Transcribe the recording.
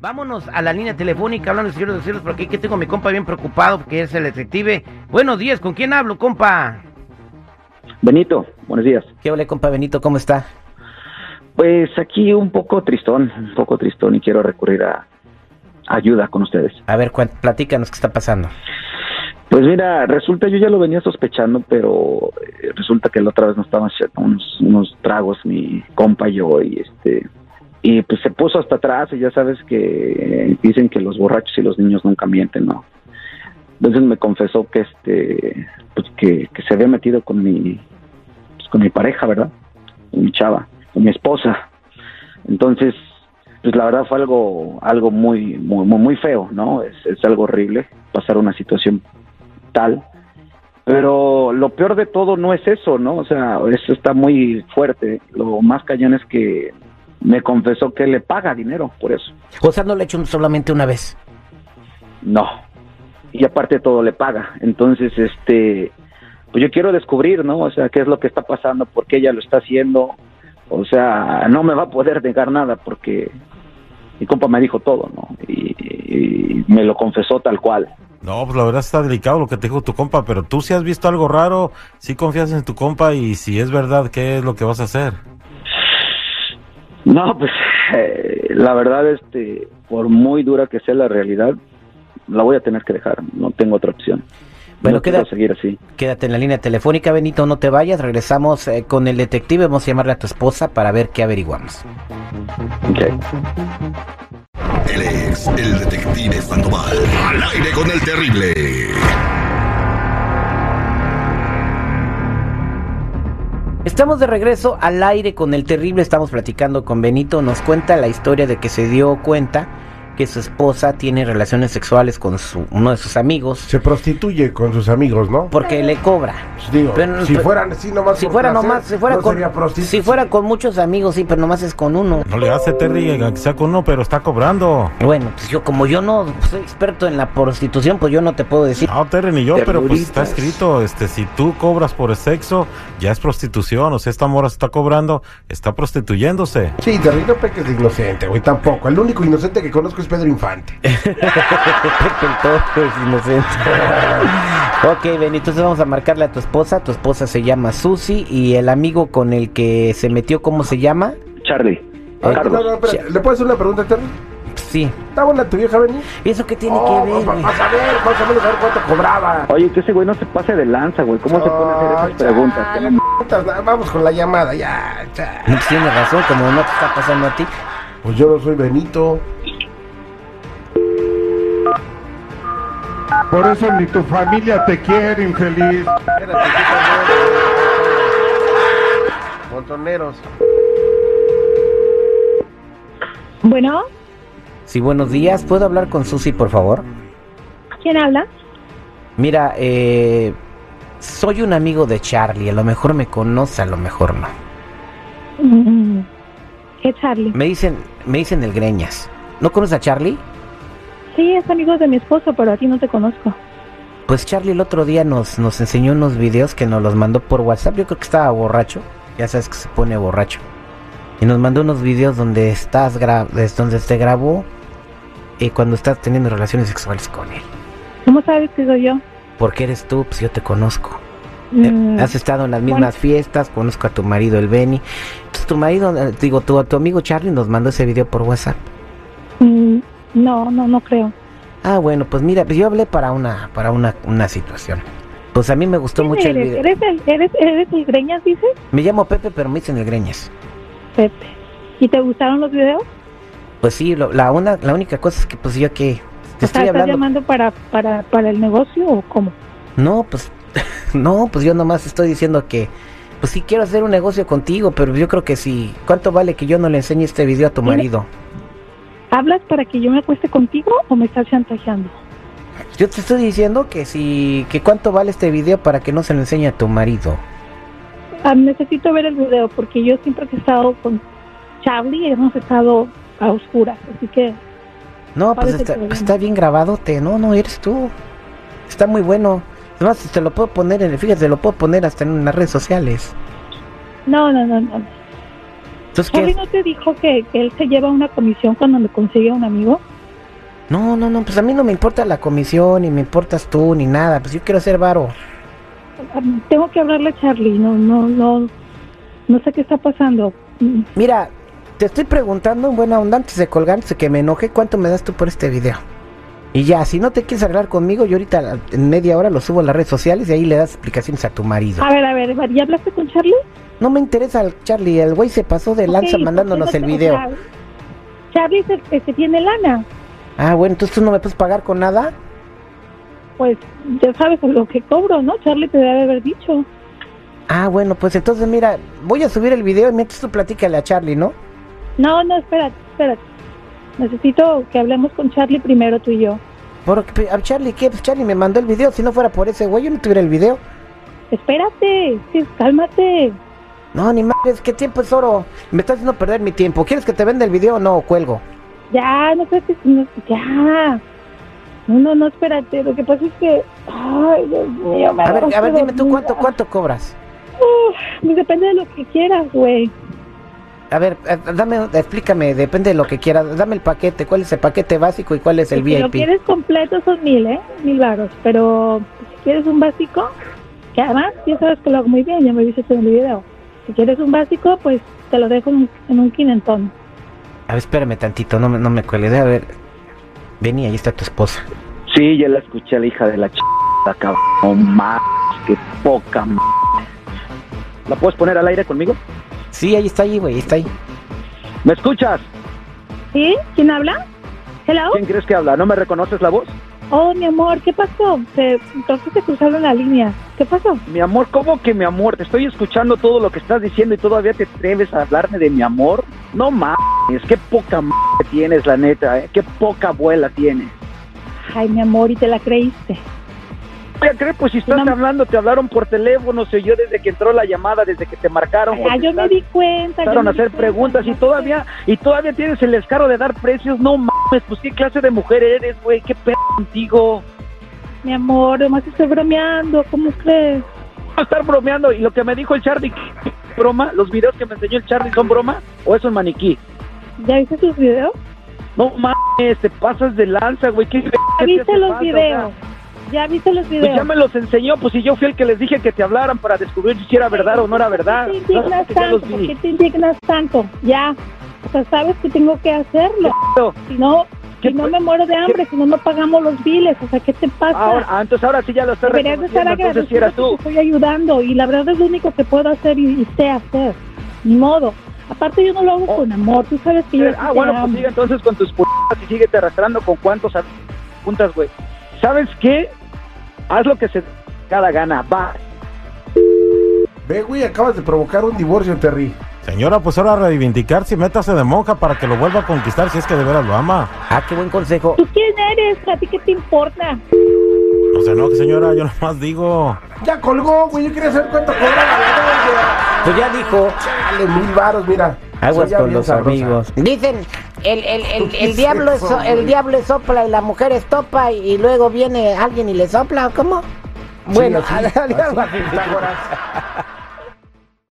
Vámonos a la línea telefónica, hablando de cielos de cielos, porque aquí tengo a mi compa bien preocupado porque es el detective. Buenos días, ¿con quién hablo, compa? Benito, buenos días. ¿Qué hola, compa Benito? ¿Cómo está? Pues aquí un poco tristón, un poco tristón y quiero recurrir a ayuda con ustedes. A ver, cuan- platícanos qué está pasando. Pues mira, resulta yo ya lo venía sospechando, pero eh, resulta que la otra vez nos estábamos echando unos, unos tragos mi compa y yo y este y pues se puso hasta atrás y ya sabes que eh, dicen que los borrachos y los niños nunca mienten, ¿no? Entonces me confesó que este pues que, que se había metido con mi pues, con mi pareja, ¿verdad? Con mi chava, con mi esposa. Entonces, pues la verdad fue algo algo muy muy muy, muy feo, ¿no? Es, es algo horrible pasar una situación tal. Pero lo peor de todo no es eso, ¿no? O sea, eso está muy fuerte. Lo más cañón es que me confesó que le paga dinero por eso. O sea, no lo he hecho un- solamente una vez. No. Y aparte todo le paga. Entonces, este, pues yo quiero descubrir, ¿no? O sea, qué es lo que está pasando, por qué ella lo está haciendo. O sea, no me va a poder negar nada porque mi compa me dijo todo, ¿no? Y, y me lo confesó tal cual. No, pues la verdad está delicado lo que te dijo tu compa, pero tú si has visto algo raro, si confías en tu compa y si es verdad, ¿qué es lo que vas a hacer? No, pues eh, la verdad, este, por muy dura que sea la realidad, la voy a tener que dejar. No tengo otra opción. Bueno, no quiero queda- seguir así. Quédate en la línea telefónica, Benito, no te vayas. Regresamos eh, con el detective. Vamos a llamarle a tu esposa para ver qué averiguamos. Ok. Él es el detective Sandoval. Al aire con el terrible. Estamos de regreso al aire con el terrible. Estamos platicando con Benito. Nos cuenta la historia de que se dio cuenta que su esposa tiene relaciones sexuales con su- uno de sus amigos Se prostituye con sus amigos, ¿no? Pues porque le cobra. Digo, Pero- si pero- fueran así nomás Si por fuera placer, nomás, si fuera, no con, sería prostituta. si fuera con muchos amigos, sí, pero nomás es con uno. No le hace Terry eh, que sea con uno, pero está cobrando. Bueno, pues yo como yo no soy experto en la prostitución, pues yo no te puedo decir. No, Terry ni yo, pero pues está Ternuritas. escrito, este, si tú cobras por el sexo, ya es prostitución, o sea, esta mora está cobrando, está prostituyéndose. Sí, Terry, no peques de inocente, güey, tampoco. El único inocente que conozco es Pedro Infante. Todo es inocente. ok, Benito, entonces vamos a marcarle a tu esposa. Tu esposa se llama Susi y el amigo con el que se metió, ¿cómo se llama? Charlie, Ah, No, Carlos, no, espérate, ¿Le puedo hacer una pregunta, Terry? Sí. ¿Está buena tu vieja, Benny? ¿Y eso qué tiene Oh, que ver, va- güey? Vas a ver, más o menos a ver cuánto cobraba. Oye, que ese güey no se pase de lanza, güey. ¿Cómo se pone a hacer Ay, esas preguntas? chale, putas, na- Vamos con la llamada, ya, ya. No, pues Tiene razón, como no te está pasando a ti. Pues yo no soy Benito. Por eso ni tu familia te quiere, infeliz. Espérate, ¿qué pasó? Montoneros. Bueno, Sí, buenos días. ¿Puedo hablar con Susi, por favor? ¿quién habla? Mira, eh, soy un amigo de Charlie. A lo mejor me conoce, a lo mejor no. Mm, Es Charlie. Me dicen, me dicen el Greñas. ¿No conoces a Charlie? Sí, es amigo de mi esposo, pero a ti no te conozco. Pues Charlie el otro día nos, nos enseñó unos videos que nos los mandó por WhatsApp. Yo creo que estaba borracho. Ya sabes que se pone borracho. Y nos mandó unos videos donde estás gra- es donde te grabó eh, cuando estás teniendo relaciones sexuales con él. ¿Cómo sabes que soy yo? Porque eres tú, pues yo te conozco. Eh, Mm, Has estado en las mismas fiestas, conozco a tu marido, el Benny. Entonces, tu marido, eh, digo, tu, tu amigo Charlie nos mandó ese video por WhatsApp. mm, No, no, no creo. Ah, bueno, pues mira, pues yo hablé para una, para una, una situación. Pues a mí me gustó mucho el eres? video. ¿Eres el, eres, eres el Greñas, dices? Me llamo Pepe, pero me dicen el Greñas. Pepe. ¿Y te gustaron los videos? Pues sí, lo- la, una, la única cosa es que pues yo que te O sea, estoy ¿estás hablando. llamando para, para, para el negocio o cómo? No, pues no, pues yo nomás estoy diciendo que pues sí quiero hacer un negocio contigo, pero yo creo que sí. ¿Cuánto vale que yo no le enseñe este video a tu Mira. marido? ¿Hablas para que yo me acueste contigo o me estás chantajeando? Yo te estoy diciendo que sí, que cuánto vale este video para que no se lo enseñe a tu marido. Ah, necesito ver el video porque yo siempre que he estado con Charlie hemos estado a oscuras, así que No, ¿Cuál pues es el está, problema? está bien grabadote, no, no eres tú. Está muy bueno. Además, te lo puedo poner en, fíjate, lo puedo poner hasta en las redes sociales. no, no, no, no. Entonces, ¿qué Charlie es? no te dijo que, que él se lleva una comisión cuando me consigue un amigo. No, no, no, pues a mí no me importa la comisión, ni me importas tú, ni nada. Pues yo quiero ser varo. Am- Tengo que hablarle a Charlie, no, no, no, no sé qué está pasando. Mm, Mira, te estoy preguntando en buena onda antes de colgar, antes de que me enoje, ¿cuánto me das tú por este video? Y ya, si no te quieres arreglar conmigo, yo ahorita la- en media hora lo subo a las redes sociales y ahí le das explicaciones a tu marido. A ver, a ver, ¿ya hablaste con Charlie? No me interesa, el Charlie, el güey se pasó de lanza Ok, ¿y por mandándonos qué el no te- o video. sea, Charlie es el que se tiene lana. Ah, bueno, entonces tú no me puedes pagar con nada. Pues ya sabes lo que cobro, ¿no? Charlie te debe haber dicho. Ah, bueno, pues entonces mira, voy a subir el video y mientras tú platícale a Charlie, ¿no? No, no, espérate, espérate. Necesito que hablemos con Charlie primero tú y yo. Porque a Charlie, ¿qué? Pues Charlie me mandó el video, si no fuera por ese güey yo no tuviera el video. Espérate, sí, cálmate. No, ni madres, que tiempo es oro. Me estás haciendo perder mi tiempo. ¿Quieres que te venda el video o no? Cuelgo. Ya, no sé si... no- ya. No, no, no, espérate. Lo que pasa es que... Ay, Dios mío, me A ver, a ver, agarraste dime tú dormida. cuánto, cuánto cobras. Pues depende de lo que quieras, güey. A ver, eh, dame, explícame, depende de lo que quieras. Dame el paquete, cuál es el paquete básico y cuál es el Si lo VIP. quieres completo son mil, ¿eh? Mil varos. Pero si quieres un básico, que además ya sabes que lo hago muy bien, ya me viste en el video. Si quieres un básico, pues te lo dejo en, en un quinentón. A ver, espérame tantito, no me, no me cuelgues. A ver, ven y ahí está tu esposa. Sí, ya la escuché a la hija de la ch... cabrón. No más, qué poca m... ¿La puedes poner al aire conmigo? Sí, ahí está ahí, güey, ahí está ahí. ¿Me escuchas? ¿Sí? ¿Quién habla? ¿Hello? ¿Quién crees que habla? ¿No me reconoces la voz? Oh, mi amor, ¿qué pasó? Se, entonces se cruzaron la línea. ¿Qué pasó? Mi amor, ¿cómo que mi amor? Te estoy escuchando todo lo que estás diciendo y todavía te atreves a hablarme de mi amor. No mames, qué poca m... tienes, la neta, ¿eh? Qué poca abuela tienes. Ay, mi amor, y te la creíste. Voy a creer, pues si estás No. hablando, te hablaron por teléfono, se oyó desde que entró la llamada, desde que te marcaron. Ay, Ah, yo me contestaste. di cuenta. yo empezaron me a di hacer cuenta, preguntas y no sé. todavía y todavía tienes el descaro de dar precios. No mames, pues qué clase de mujer eres, güey, qué pedo contigo. Mi amor, nomás estoy bromeando, ¿cómo crees? No estar bromeando y lo que me dijo el Charlie, ¿qué broma, los videos que me enseñó el Charlie son broma o es un maniquí. ¿Ya viste sus videos? No mames, te pasas de lanza, güey, qué pedo ¿Ya te viste hace los falta, o videos? sea, ¿Ya viste los pues ya videos? me los enseñó, pues si yo fui el que les dije que te hablaran para descubrir si era verdad o no era verdad. ¿Por qué te indignas Ya los tanto? ¿Por vi. qué te indignas tanto? Ya. O sea, sabes que tengo que hacerlo. pedo? Si no, ¿Qué si no pe- me muero de hambre, si no, no pagamos los biles. O sea, ¿qué te pasa? Ahora, ah, entonces ahora sí ya lo estás Deberías de estar reconociendo, entonces si agradecido eras tú. que te estoy ayudando. Y la verdad es lo único que puedo hacer y, y sé hacer. Ni modo. Aparte, yo no lo hago Oh. con amor. Tú sabes que yo sí Ah, te bueno, amo. pues sigue entonces con tus putas y síguete arrastrando con cuántos a- puntas, güey. ¿Sabes qué? Haz lo que se cada gana, va. Ve, güey, acabas de provocar un divorcio, Terry. Señora, pues ahora reivindicarse y métase de monja para que lo vuelva a conquistar si es que de veras lo ama. Ah, qué buen consejo. ¿Tú quién eres? ¿A ti qué te importa? No se enoje, señora, yo nomás digo. Ya colgó, güey. Yo quería saber cuánto cobraba la doña. Pues ya dijo. Dale, mil varos, mira. Soy Aguas ya con bien los sabrosa. amigos. Dicen, el, el, el, el ¿Qué diablo es es, eso, so- el güey? diablo es sopla y la mujer es topa y, y luego viene alguien y le sopla, ¿o cómo? Sí, Bueno, así, así, Pitágoras.